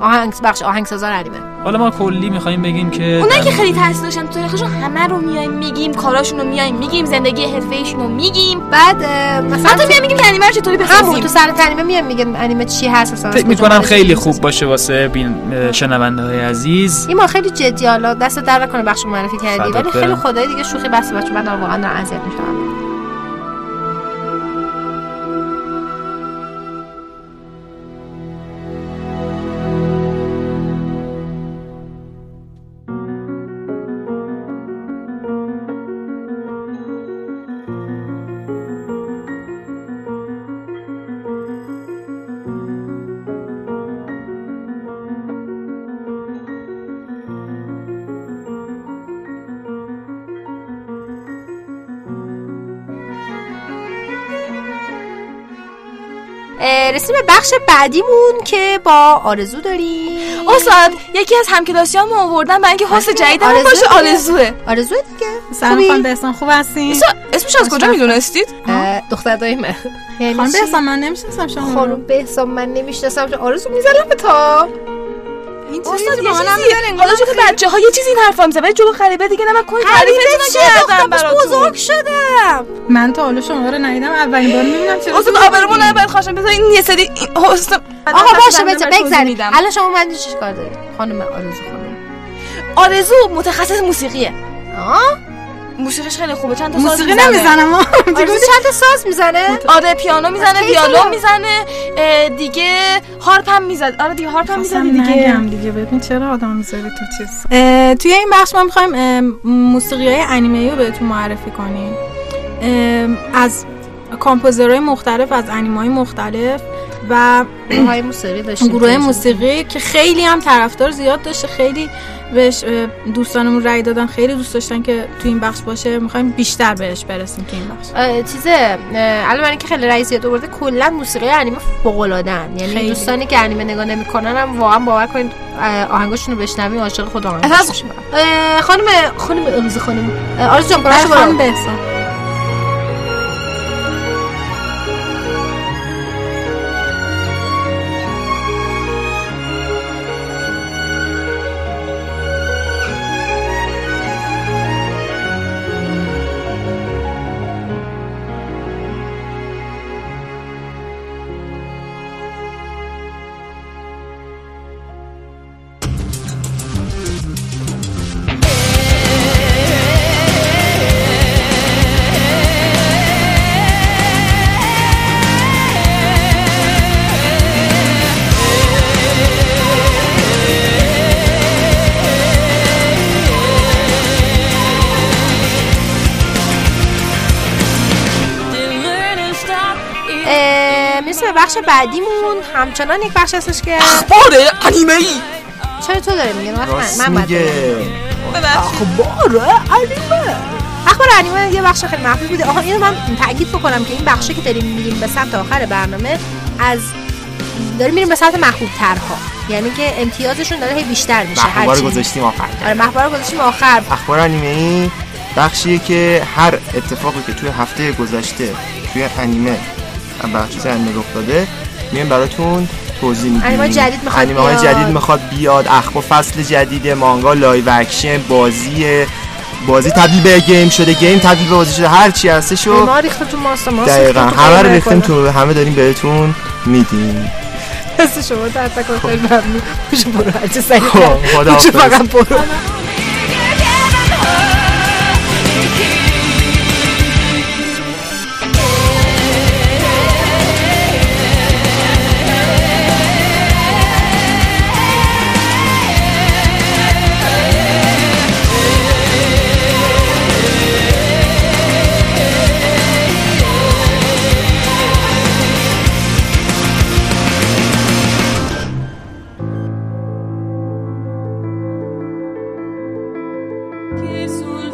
Speaker 2: آهنگ بخش آهنگ سازان انیمه
Speaker 5: حالا ما کلی میخوایم بگیم که
Speaker 3: اونایی که
Speaker 5: در-
Speaker 3: خیلی تاثیر داشتن تو تاریخشون همه رو میایم میگیم کاراشون رو میایم میگیم زندگی حرفه‌ایشون رو میگیم
Speaker 2: بعد اه، مثلا
Speaker 3: حتی میایم میگیم که انیمه رو چطوری
Speaker 2: همون تو
Speaker 3: بسازیم
Speaker 2: سر انیمه میگم میگن انیمه چی هست مثلا از
Speaker 5: فکر
Speaker 2: کجا
Speaker 5: میکنم
Speaker 2: مالش
Speaker 5: خیلی
Speaker 2: می‌سازن.
Speaker 5: خوب باشه واسه بین شنونده های عزیز
Speaker 2: این ما خیلی جدی حالا دست در نکنه بخش رو معرفی کردی
Speaker 5: فدات
Speaker 2: ولی خیلی
Speaker 5: برم.
Speaker 2: خدای دیگه شوخی بس بچه من دارم واقعا دارم اذیت میشم اه، رسیدیم به بخش بعدیمون که با آرزو داریم
Speaker 3: استاد یکی از همکلاسیامو آوردن برای اینکه حس جدیدمون
Speaker 2: آرزوه
Speaker 3: باشه
Speaker 2: دیگه.
Speaker 3: آرزوه
Speaker 2: آرزو دیگه
Speaker 10: سلام
Speaker 2: خوبی؟
Speaker 10: خانم بهستان خوب هستین
Speaker 3: استاد، اسمش از کجا میدونستید
Speaker 2: اه، دختر دایی من
Speaker 10: خانم
Speaker 2: یعنی چی؟
Speaker 10: بهستان من نمیشناسم شما رو.
Speaker 2: خانم بهسان من نمیشناسم آرزو میزنم به تا
Speaker 3: استاد یه چیزی حالا چون بچه ها یه چیزی این حرفا میزنه ولی جلو غریبه دیگه نمکنید
Speaker 2: غریبه
Speaker 3: تعریف
Speaker 2: چیه؟
Speaker 3: نکردم
Speaker 2: دخترش
Speaker 3: براتون
Speaker 2: بزرگ شدم
Speaker 10: من تا حالا شما رو ندیدم اولین بار میبینم چرا
Speaker 3: استاد آبرومو نبرد خواهشم بذارین یه سری استاد
Speaker 2: آقا باشه بچه بگذاریم الان شما من چیش کار دارید خانم آرزو خانم
Speaker 3: آرزو متخصص موسیقیه
Speaker 2: آه؟
Speaker 3: موسیقیش خیلی خوبه چند تا ساز
Speaker 10: موسیقی
Speaker 3: می‌زنه.
Speaker 10: نمیزنم آه.
Speaker 2: آرزو چند تا ساز میزنه
Speaker 3: آره پیانو میزنه
Speaker 2: کی
Speaker 3: ویولون
Speaker 2: زدم؟
Speaker 3: میزنه اه، دیگه هارپ هم میزد آره دیگه هارپ هم میزد
Speaker 10: میزنی
Speaker 3: دیگه
Speaker 10: دیگه دیگه ببین چرا آدم میذاری تو چیز توی این بخش ما میخوایم موسیقی های انیمه رو بهتون معرفی کنیم اه، از کامپوزرهای مختلف از انیمه های مختلف و
Speaker 2: گروه های موسیقی داشتیم
Speaker 10: گروه موسیقی که خیلی هم طرفدار زیاد داشته خیلی بهش اه، دوستانمون رأی دادن خیلی دوست داشتن که تو این بخش باشه میخوایم بیشتر بهش برسیم تو این بخش
Speaker 2: اه، چیزه اه، الان برای اینکه خیلی رئیس زیاد آورده کلا موسیقی انیمه فوق یعنی
Speaker 10: خیلی.
Speaker 2: دوستانی که انیمه نگاه نمیکنن هم واقعا باور کنید اه، آهنگاشون رو بشنویم عاشق خود آهنگش
Speaker 3: اصلا-
Speaker 2: میشیم اه، خانم خانم آرزو خانم اه، آرزو جان
Speaker 10: برای
Speaker 2: برای
Speaker 10: خانم
Speaker 2: خانم
Speaker 10: بهسان
Speaker 2: بخش بعدیمون همچنان یک بخش هستش که
Speaker 3: اخبار انیمه ای
Speaker 2: چرا تو داره میگه من
Speaker 1: راست
Speaker 2: من باید بگم.
Speaker 1: میگه
Speaker 2: اخبار انیمه یه بخش خیلی محبوب بوده آها اینو من تاکید بکنم که این بخشی که داریم میریم به سمت آخر برنامه از داریم میریم به سمت محبوب ترها یعنی که امتیازشون داره هی بیشتر میشه
Speaker 1: محبوبا رو
Speaker 2: هرچی-
Speaker 1: گذاشتیم آخر
Speaker 2: آره محبوبا رو گذاشتیم آخر
Speaker 1: اخبار انیمه ای بخشیه که هر اتفاقی که توی هفته گذشته توی انیمه بخش انیمه رخ داده میایم براتون توضیح میدیم
Speaker 2: انیمه جدید میخواد
Speaker 1: انیمه های
Speaker 2: بیاد.
Speaker 1: جدید میخواد بیاد اخبار فصل جدید مانگا لایو اکشن بازی بازی تبدیل به گیم شده گیم تبدیل به بازی شده هر چی هستش و
Speaker 2: ما ریختم تو ماست ماست
Speaker 1: دقیقا
Speaker 2: ریختم تو
Speaker 1: همه رو
Speaker 2: قرمه
Speaker 1: ریختیم
Speaker 2: کلا.
Speaker 1: تو همه داریم بهتون میدیم
Speaker 2: دست شما در تکن خیلی ممنون خوش برو هرچه سریع
Speaker 1: خب، خداحافظ.
Speaker 2: فقط برو
Speaker 6: che sul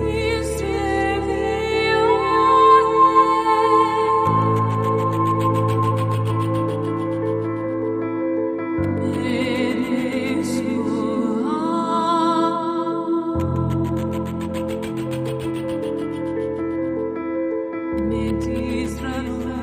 Speaker 6: vivio Mi distrarrò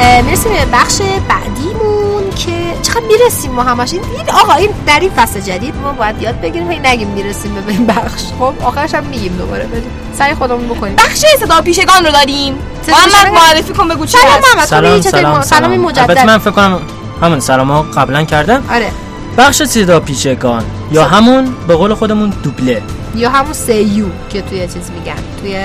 Speaker 2: اه، میرسیم به بخش بعدیمون که چقدر میرسیم ما همش این این آقا این در این فصل جدید ما باید یاد بگیریم هی نگیم میرسیم به این بخش خب آخرش هم میگیم دوباره بریم سعی خودمون بکنیم
Speaker 3: بخش صدا پیشگان رو داریم
Speaker 2: صدا
Speaker 3: محمد
Speaker 2: پیشگان؟
Speaker 3: معرفی کن بگو چی
Speaker 2: بله، سلام
Speaker 3: هست
Speaker 2: محمد
Speaker 9: سلام خب،
Speaker 2: سلام
Speaker 9: سلام سلام البته
Speaker 2: مجدد
Speaker 9: من فکر کنم همون سلام ها قبلا کردم
Speaker 2: آره
Speaker 9: بخش صدا پیچگان یا همون به قول خودمون دوبله
Speaker 2: یا همون سیو که توی چیز میگن توی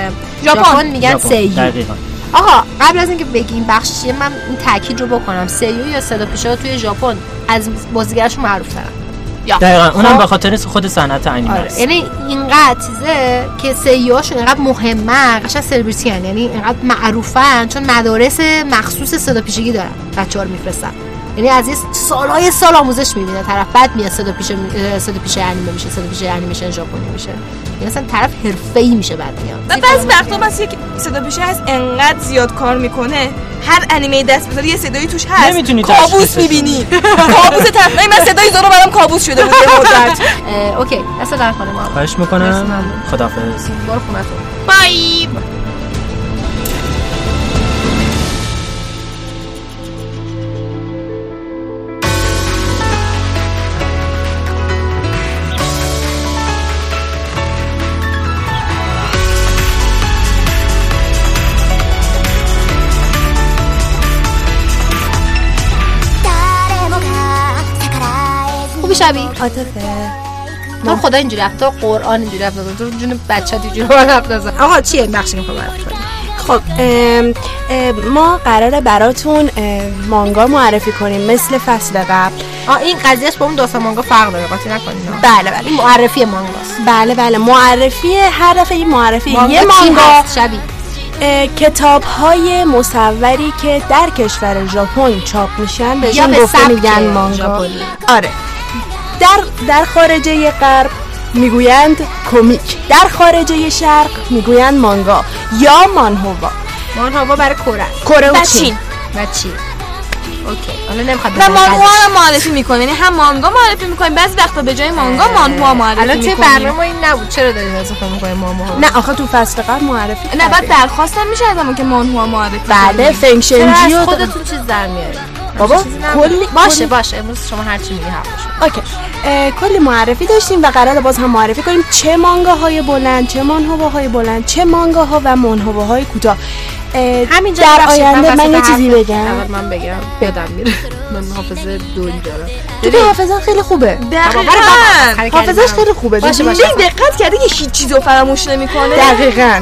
Speaker 3: ژاپن.
Speaker 2: ژاپن میگن
Speaker 9: ژاپن. بله.
Speaker 2: سیو
Speaker 9: دقیقاً.
Speaker 2: آقا قبل از اینکه بگیم بخش چیه من این تاکید رو بکنم سیو یا صدا پیشگان توی ژاپن از بازیگرش معروف ترن
Speaker 9: دقیقا اونم
Speaker 2: خب.
Speaker 9: به خاطر خود صنعت انیمه
Speaker 2: آره.
Speaker 9: است
Speaker 2: یعنی اینقدر چیزه که سیاشون اینقدر مهمه قشن سلبریتی یعنی اینقدر معروفن چون مدارس مخصوص صدا پیشگی دارن بچه ها رو میفرستن یعنی از یه سالهای سال آموزش میبینه طرف بعد میاد صدا پیش صدا پیش انیمه میشه صدا پیش انیمیشن ژاپنی میشه یعنی اصلا طرف حرفه‌ای میشه بعد میاد
Speaker 3: و بعضی وقتا بس یک صدا پیشه هست انقدر زیاد کار میکنه هر انیمه دست بذاری یه صدایی توش هست
Speaker 9: نمیتونی
Speaker 3: کابوس
Speaker 9: تشخیصش
Speaker 3: میبینی کابوس تفنگ من صدای زورو برام کابوس شده بود یه مدت
Speaker 2: [laughs] اه، اوکی دست در کنه ما
Speaker 9: خواهش
Speaker 2: مرسی
Speaker 9: میکنم
Speaker 2: ممنون.
Speaker 9: خدافز
Speaker 2: برو خونتون
Speaker 3: بای
Speaker 2: خوبی شبی تو رو خدا اینجوری رفت تو قرآن اینجوری رفت تو رو جون بچه اینجوری رفت نزن آقا چیه این بخشی که می‌خوای معرفی کنی؟
Speaker 10: خب ام، ام، ما قراره براتون ام، مانگا معرفی کنیم مثل فصل قبل
Speaker 2: آه این قضیهش با اون دوستا مانگا فرق داره قاطی نکنین آه.
Speaker 10: بله بله
Speaker 2: این معرفی مانگاست
Speaker 10: بله بله معرفی هر دفعه یه معرفی یه
Speaker 2: چی
Speaker 10: مانگا
Speaker 2: هست شبی
Speaker 10: کتاب های مصوری که در کشور ژاپن چاپ میشن
Speaker 2: یا
Speaker 10: بهشون
Speaker 2: به
Speaker 10: گفته
Speaker 2: سبک
Speaker 10: میگن مانگا
Speaker 2: ژاپنی.
Speaker 10: آره در در خارجه غرب میگویند کمیک در خارجه شرق میگویند مانگا یا مانهوا
Speaker 2: مانهوا برای کره است.
Speaker 10: کره و چین
Speaker 3: و چین
Speaker 2: و چی اوکی حالا نمیخواد
Speaker 3: و
Speaker 10: بله.
Speaker 2: بگم
Speaker 3: مانهوا
Speaker 2: قضیه.
Speaker 3: رو معرفی میکنه یعنی هم مانگا معرفی میکنیم بعضی وقتا به جای مانگا مانهوا معرفی
Speaker 2: آره. الان توی
Speaker 3: میکنیم
Speaker 2: برنامه این نبود چرا دارین از اون می‌کنین مانهوا
Speaker 10: نه آخه تو فصل قبل معرفی
Speaker 3: نه بعد درخواستم میشه از همون که مانهوا معرفی
Speaker 10: بله
Speaker 3: کنیم.
Speaker 2: چرا
Speaker 10: فنگشنجی
Speaker 2: از
Speaker 10: و
Speaker 2: خودتون چیز در میارید
Speaker 10: بابا کلی
Speaker 2: باشه
Speaker 10: کلی-
Speaker 2: باشه امروز شما هرچی میگی حق باشه
Speaker 10: اوکی اه، کلی معرفی داشتیم و قرار باز هم معرفی کنیم چه مانگاهای بلند چه مانهواهای بلند چه مانگاها و مانهواهای کوتاه اه،
Speaker 2: همینجا
Speaker 10: در
Speaker 2: ببخشید،
Speaker 10: آینده
Speaker 2: وسط
Speaker 10: من یه
Speaker 2: حرف
Speaker 10: چیزی بگم
Speaker 3: بله.
Speaker 2: اول من بگم یادم میره من حافظه دون دارم
Speaker 10: تو که حافظه خیلی خوبه
Speaker 2: بله.
Speaker 3: دقیقاً
Speaker 2: حرکت
Speaker 10: حافظش
Speaker 2: می‌کنم.
Speaker 10: خیلی خوبه دیدی؟
Speaker 2: باشه باشه
Speaker 3: دقت کرده که هیچ چیزی رو فراموش نمیکنه
Speaker 10: دقیقا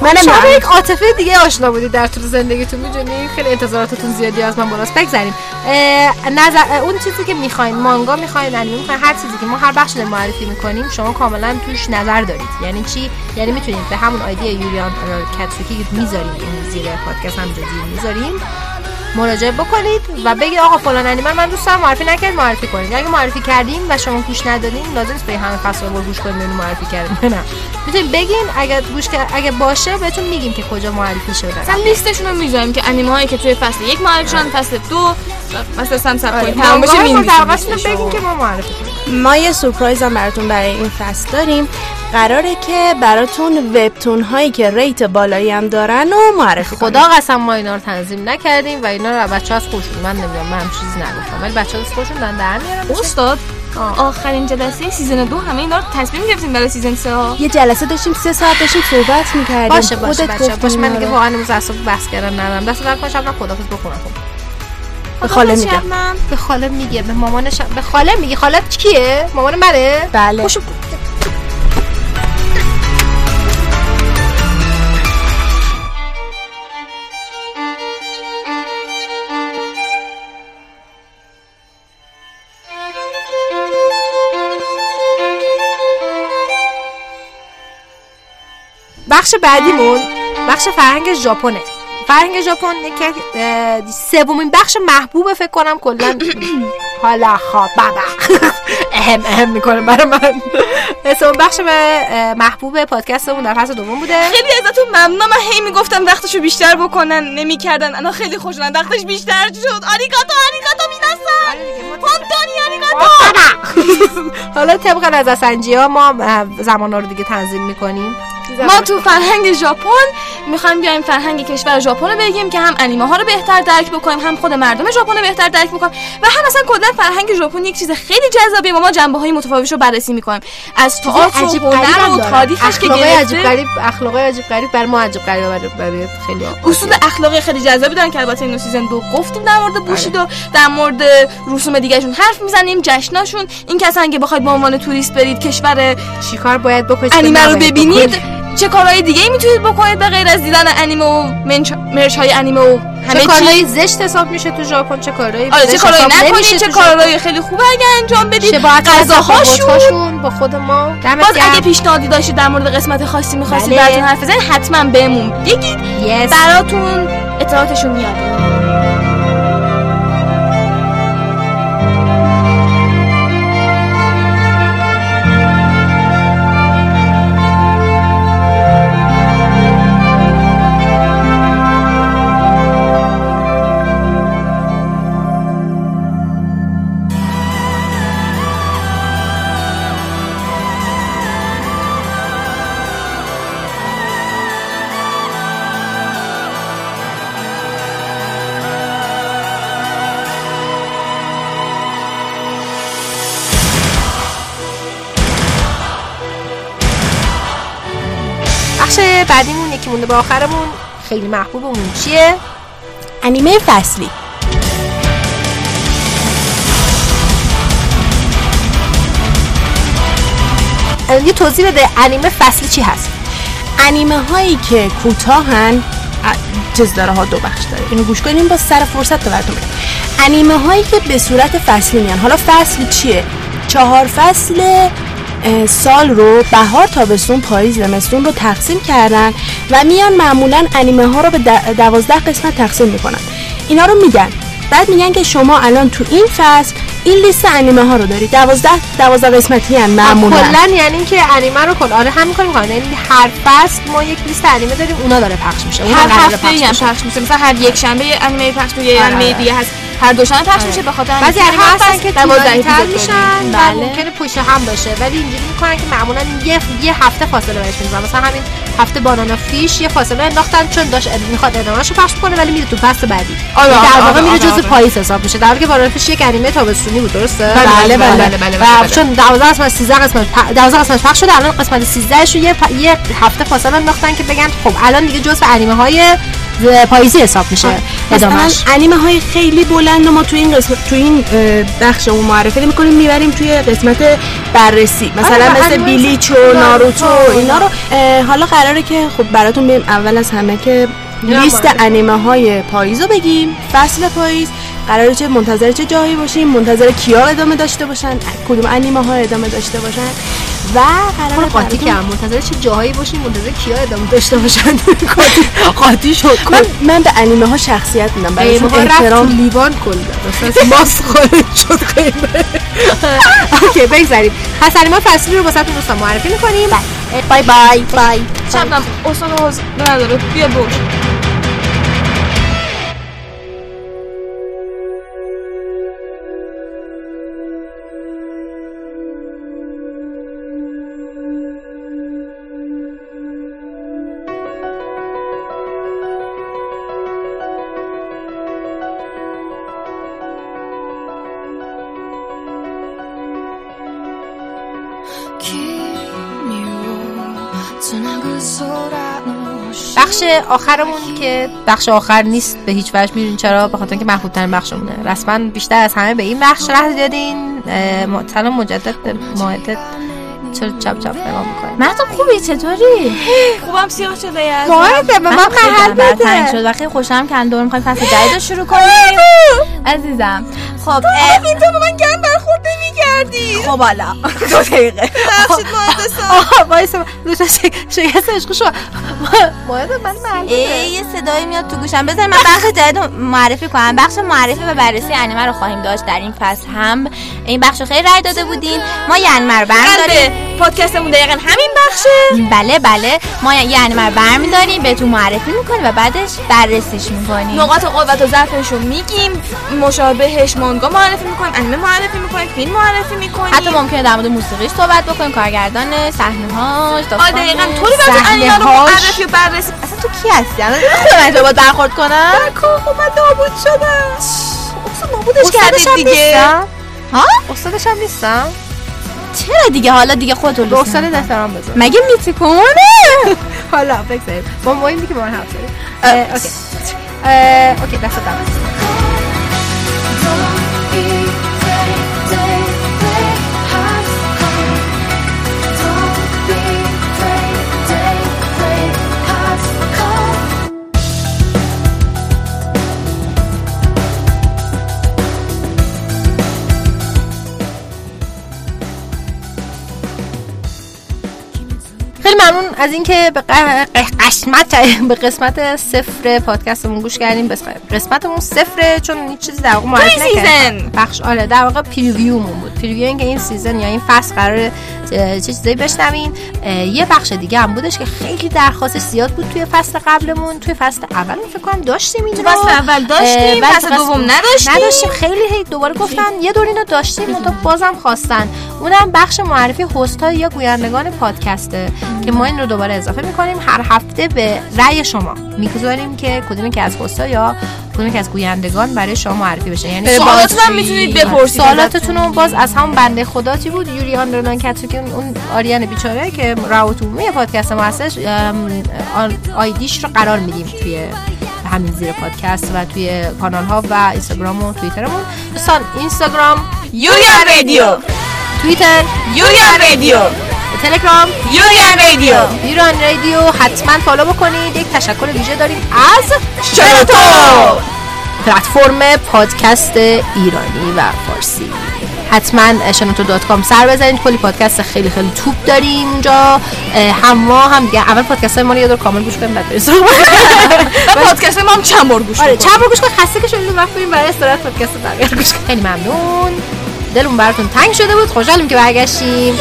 Speaker 10: منم
Speaker 2: شما به
Speaker 10: یعنی.
Speaker 2: یک عاطفه دیگه آشنا بودید در طول زندگیتون میدونی خیلی انتظاراتتون زیادی از من بالاست بگذاریم اه، نظر اه، اون چیزی که میخواین مانگا میخواین انیمه میخواین هر چیزی که ما هر بخش رو معرفی میکنیم شما کاملا توش نظر دارید یعنی چی یعنی میتونید به همون آیدی یوریان کاتسوکی میذاریم این زیر پادکست هم زیر میذاریم مراجعه بکنید و بگید آقا فلان انیمه رو من دوست دارم معرفی نکرد معرفی کنید اگه معرفی کردیم و شما گوش ندادین لازم نیست به همه فصل رو گوش کنید ببینید معرفی کردیم یا نه میتونید بگین اگه گوش کرد اگه باشه بهتون میگیم که کجا معرفی شده
Speaker 3: مثلا لیستشون رو میذاریم که انیمه هایی که توی فصل یک معرف شدن فصل دو مثلا سم
Speaker 2: آره،
Speaker 3: سب کنید تمام بشه
Speaker 2: مانگاهای
Speaker 3: می‌نویسیم
Speaker 2: متوسط رو
Speaker 3: لیستش رو.
Speaker 2: بگین که ما معرفی کنیم
Speaker 10: ما یه سورپرایز هم براتون برای این فصل داریم قراره که براتون وبتون هایی که ریت بالایی هم دارن و معرفی
Speaker 2: خدا قسم ما اینا رو تنظیم نکردیم و اینا رو بچه از خوشون من نمیدونم من هم چیزی نگفتم ولی بچه از خوشون دارن در میارن
Speaker 3: استاد آخرین جلسه سیزن دو همه اینا رو تصمیم گرفتیم برای سیزن سه ها
Speaker 10: یه جلسه داشتیم سه ساعت داشتیم صحبت میکردیم
Speaker 2: باشه باشه بچه باشه من دیگه واقعا امروز اعصاب بحث کردن ندارم دست در کنشم من خدافظ بخونم خب.
Speaker 10: به خاله میگم
Speaker 2: به خاله میگه به مامانش به خاله میگه خالت کیه مامان منه
Speaker 10: بله
Speaker 2: خوشو- بخش بعدیمون بخش فرهنگ ژاپنه فرهنگ ژاپن یکی از- اه، سومین بخش محبوب فکر کنم
Speaker 3: [coughs]
Speaker 2: کلا حالا خواب بابا اهم اهم میکنه برای من سومین بخش اه، محبوب پادکستمون در فصل دوم بوده
Speaker 3: خیلی ازتون ممنونم من هی میگفتم وقتشو بیشتر بکنن نمیکردن الان خیلی خوشحالم وقتش بیشتر شد آریگاتو آریگاتو میناسان پانتونی آریگاتو
Speaker 2: حالا طبق نظر سنجی ها ما اه، زمان ها رو دیگه تنظیم میکنیم
Speaker 3: ما تو فرهنگ ژاپن میخوایم بیایم فرهنگ کشور ژاپن رو بگیم که هم انیمه ها رو بهتر درک بکنیم هم خود مردم ژاپن رو بهتر درک بکنیم و هم اصلا کلا فرهنگ ژاپن یک چیز خیلی جذابیه و ما جنبه های متفاوتش رو بررسی میکنیم از تئاتر و
Speaker 2: عجیب غریب
Speaker 3: هنر
Speaker 2: هم
Speaker 3: و
Speaker 2: دارن.
Speaker 3: خب، تاریخش که
Speaker 2: اخلاقای عجیب
Speaker 3: گرفته
Speaker 2: غریب اخلاقای عجیب غریب بر ما عجیب غریب برای, برای خیلی ها.
Speaker 3: اصول اخلاقی خیلی جذابی دارن که البته اینو سیزن دو گفتیم در مورد
Speaker 2: بله.
Speaker 3: بوشیدو در مورد رسوم دیگهشون حرف میزنیم جشناشون این که اصلا اگه بخواید به عنوان توریست برید کشور
Speaker 2: چیکار باید بکنید که
Speaker 3: انیمه رو
Speaker 2: نباید
Speaker 3: ببینید
Speaker 2: بکنید؟
Speaker 3: چه کارهای دیگه ای میتونید بکنید به غیر از دیدن انیمه و منچ... مرش های انیمه و همه
Speaker 2: چه کارهایی
Speaker 3: چی
Speaker 2: زشت حساب میشه تو ژاپن چه کارهایی
Speaker 3: آره
Speaker 2: زشت
Speaker 3: چه کارهایی
Speaker 2: حساب
Speaker 3: نکنید
Speaker 2: نمیشه
Speaker 3: چه
Speaker 2: تو ژاپن؟
Speaker 3: کارهایی خیلی خوبه اگه انجام بدید
Speaker 2: شباهت
Speaker 3: غذاهاشون
Speaker 2: غذاهاشون با خود ما دمت
Speaker 3: باز اگه
Speaker 2: گرم.
Speaker 3: پیشنهادی داشتید در مورد قسمت خاصی میخواستید
Speaker 2: بله.
Speaker 3: براتون حرف بزنید حتما بهمون بگید
Speaker 2: Yes.
Speaker 3: براتون اطلاعاتشون میاد
Speaker 2: بخش بعدیمون یکی مونده به آخرمون خیلی محبوبمون چیه
Speaker 10: انیمه فصلی
Speaker 2: یه توضیح بده انیمه فصلی چی هست
Speaker 10: انیمه هایی که کوتاهن ا- چیز داره ها دو بخش داره اینو گوش کنیم با سر فرصت تو براتون بگم انیمه هایی که به صورت فصلی میان حالا فصل چیه چهار فصل اه، سال رو بهار تابستون پاییز زمستون رو تقسیم کردن و میان معمولا انیمه ها رو به د- دوازده قسمت تقسیم میکنن اینا رو میگن بعد میگن که شما الان تو این فصل این لیست انیمه ها رو داری دوازده دوازده قسمتی هم معمولا
Speaker 2: کلا یعنی اینکه انیمه رو کل آره هم می‌کنیم کلا یعنی هر فصل ما یک لیست انیمه داریم اونا داره پخش میشه اونا
Speaker 3: هر
Speaker 2: قراره
Speaker 3: هفته یعنی ای هم
Speaker 2: بشه.
Speaker 3: پخش میشه مثلا هر یک شنبه یه انیمه پخش میشه یه
Speaker 2: آره،
Speaker 3: انیمه
Speaker 2: آره.
Speaker 3: دیگه هست هر دوشنبه پخش میشه به خاطر همین
Speaker 2: بعضی انیمه
Speaker 3: سینما
Speaker 2: هستن
Speaker 3: هست،
Speaker 2: که
Speaker 3: دوازده
Speaker 2: طولانی‌تر
Speaker 3: اپیزود
Speaker 2: میشن و
Speaker 3: بله
Speaker 2: ممکنه پشت هم باشه ولی اینجوری میکنن که معمولا یه یه هفته فاصله بهش میذارن مثلا همین هفته بانانا فیش یه فاصله انداختن چون داشت میخواد ادامه‌اشو پخش کنه ولی میره تو فصل بعدی
Speaker 3: آره،
Speaker 2: یعنی در
Speaker 3: آره،
Speaker 2: واقع
Speaker 3: آره،
Speaker 2: میره
Speaker 3: آره،
Speaker 2: جزء
Speaker 3: آره.
Speaker 2: پاییز حساب میشه در حالی که بانانا فیش یک انیمه تابستونی بود درسته
Speaker 10: بله، بله،
Speaker 2: و چون 12 قسمت 13 قسمت پ- 12 قسمت پخش شده الان قسمت 13 شو یه, پ- یه هفته فاصله انداختن که بگن خب الان دیگه جزء انیمه های
Speaker 10: پاییزی حساب میشه مثلا
Speaker 2: ادامه‌اش.
Speaker 10: انیمه های خیلی بلند رو ما تو این قسمت تو این اه، بخش اون معرفی میکنیم میبریم توی قسمت بررسی مثلا
Speaker 2: آره،
Speaker 10: مثل
Speaker 2: انیمه-
Speaker 10: بلیچ و ناروتو اینا رو اه، حالا قراره که خب براتون بیم اول از همه که
Speaker 2: اینا هم
Speaker 10: لیست
Speaker 2: معرفی.
Speaker 10: انیمه های پاییز رو بگیم فصل پاییز قراره چه منتظر چه جایی باشیم منتظر کیا ادامه داشته باشن کدوم انیمه ها ادامه داشته باشن و قرار
Speaker 2: خود خب، قاطی کردم منتظر چه جاهایی باشیم منتظر کیا ادامه داشته باشن [laughs]
Speaker 10: قاطی شد من من به انیمه ها شخصیت میدم برای
Speaker 2: قیمه ها رفت تو
Speaker 10: احترام
Speaker 2: لیوان کل داد ماست خورد شد قیمه اوکی بگذاریم پس ما فصلی رو واسه دوستان معرفی میکنیم
Speaker 10: بله. بای بای بای
Speaker 3: شبنم اصلا حوض نداره بیا برو
Speaker 2: بخش آخرمون که بخش آخر نیست به هیچ وجه میدونین چرا به خاطر اینکه محبوب ترین بخشمونه رسما بیشتر از همه به این بخش ره دادین اه، ما- سلام مجدد به ماهدت چرا چپ چپ نگاه میکنی
Speaker 7: مردم خوبی چطوری؟
Speaker 3: خوبم سیاه شده یز
Speaker 2: ماهده به من قهر
Speaker 7: خیلی دلم برتنگ
Speaker 2: بده
Speaker 7: شد و خیلی خوشم که اندور میخوایم فصل جدید رو شروع کنیم عزیزم خب اه،
Speaker 3: این تو به من گند برخورده میکردی
Speaker 7: خب حالا دو دقیقه خب.
Speaker 3: بخشید مهندسا
Speaker 2: آها وایس لطفا شک- شکست عشق شو ماهده من
Speaker 7: اه،
Speaker 2: معلومه
Speaker 7: یه صدایی میاد تو گوشم بذار من بخش جدید رو معرفی کنم بخش معرفی و بررسی انیمه رو خواهیم داشت در این فصل هم این بخش رو خیلی رای داده بودین ما یه انیمه رو برمیداریم
Speaker 3: قلب پادکستمون دقیقا همین بخشه
Speaker 7: بله بله ما یه انیمه رو برمیداریم بهتون معرفی میکنیم و بعدش بررسیش میکنیم
Speaker 3: نقاط قوت و ضعفش رو میگیم مشابهش مانگا معرفی میکنیم انیمه معرفی میکنیم فیلم معرفی میکنیم
Speaker 7: حتی ممکنه در مورد موسیقیش صحبت بکنیم کارگردان صحنه هاش
Speaker 3: آه دقیقا طوری برای انیمه آره، رو
Speaker 7: هاش.
Speaker 3: معرفی و بررسی
Speaker 7: اصلا تو کی هستی
Speaker 3: [laughs]
Speaker 7: الان خودم اینجا باید برخورد کنم
Speaker 3: خب من نابود شدم اصلا نابودش
Speaker 7: استادش
Speaker 3: کردید
Speaker 7: هم
Speaker 3: دیگه
Speaker 7: نیستم. ها
Speaker 2: استادش هم نیستم
Speaker 7: چرا دیگه حالا دیگه خودت
Speaker 2: به
Speaker 7: رو لوس
Speaker 2: استاد
Speaker 7: نکن.
Speaker 2: احترام بذار
Speaker 7: مگه میتیکون
Speaker 2: حالا بگذاریم با مهم که با من حرف زدیم. اه، اوکی اه، اوکی دست دارم خیلی ممنون از اینکه به ق- ق- قسمت [laughs] به قسمت صفر پادکستمون گوش کردیم به قسمتمون صفره چون هیچ چیزی در واقع معرفی
Speaker 3: Pre-season.
Speaker 2: نکردیم بخش آره در واقع پریویومون بود پریویو اینکه این سیزن یا این فصل قرار چه چیزایی بشنوین اه، یه بخش دیگه هم بودش که خیلی درخواست زیاد بود توی فصل قبلمون توی فصل اول فکر کنم داشتیم این
Speaker 3: تو
Speaker 2: رو.
Speaker 3: فصل اول داشتیم،
Speaker 2: اه، ولی
Speaker 3: فصل دوم نداشتیم.
Speaker 2: نداشتیم خیلی هی دوباره گفتن یه دور اینو داشتیم منتها بازم خواستن اونم بخش معرفی هست یا گویندگان پادکسته که ما این رو دوباره اضافه میکنیم هر هفته به رأی شما میگذاریم که کدومی که از هست یا کدومی که از گویندگان برای شما معرفی بشه یعنی
Speaker 3: سوالاتتون هم میتونید بپرسید
Speaker 2: سوالاتتون رو باز از همون بنده خدا چی بود یوری آندرلان کتسوکی اون- اون آریان بیچاره که روابط عمومی پادکست ما هستش ام، آن- آیدیش رو قرار میدیم توی همین زیر پادکست و توی کانال ها و اینستاگرام و توییترمون دوستان اینستاگرام
Speaker 3: یوریان رادیو
Speaker 2: توییتر
Speaker 3: یوریان رادیو
Speaker 2: تلگرام
Speaker 3: یوریان رادیو
Speaker 2: ایران رادیو حتما فالو بکنید یک تشکر ویژه داریم از
Speaker 3: شراطو
Speaker 2: پلتفرم پادکست ایرانی و فارسی حتما شنوتو دات کام سر بزنید کلی پادکست خیلی خیلی توپ داریم اونجا اه، هم ما هم دیگه اول پادکست های ما رو یه دور کامل گوش کنیم بعد بریم سراغ [laughs]
Speaker 3: و پادکست ما هم چند بار گوش
Speaker 2: آره
Speaker 3: می‌کنیم.
Speaker 2: چند بار گوش کن خسته که شدید وقت بریم برای استراحت پادکست بقیه رو گوش کنیم. خیلی ممنون دلمون براتون تنگ شده بود خوشحالیم که برگشتیم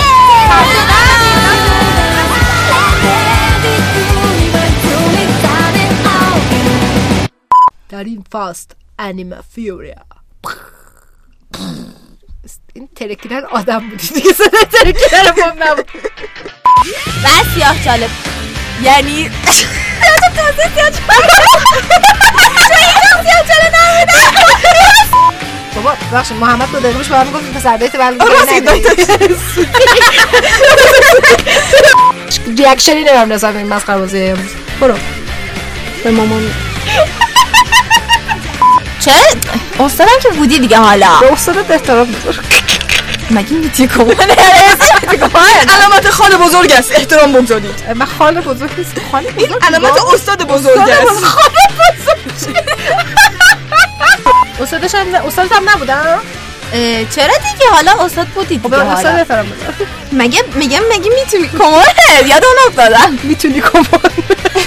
Speaker 2: داریم فاست انیمه فیوریا این ترکیدن آدم بودی دیگه صدا ترکیدن ما نبود
Speaker 7: و سیاه جالب
Speaker 3: [laughs]
Speaker 7: یعنی
Speaker 2: بابا بخش محمد دو دقیقه پیش به من گفت پسر بیت بله ریاکشنی نمیم نسبت به این مسخره بازی امروز برو
Speaker 10: به مامان
Speaker 7: چه؟ استادم که بودی دیگه حالا
Speaker 2: به استادت احترام بذار
Speaker 7: مگه میگی تیه کنه
Speaker 3: علامت خال بزرگ است احترام بگذارید
Speaker 2: من خاله بزرگ نیست خاله
Speaker 3: این علامت استاد بزرگ
Speaker 2: استاد
Speaker 3: است
Speaker 2: بزرگ. [laughs]
Speaker 11: استادش هم استادت هم نبودم
Speaker 7: اه، چرا دیگه حالا استاد بودی دیگه
Speaker 2: خب، به استاد
Speaker 7: حالا
Speaker 2: احترام بذار
Speaker 7: مگه میگم مگه میتونی کمره یاد اون افتادم
Speaker 2: میتونی کمک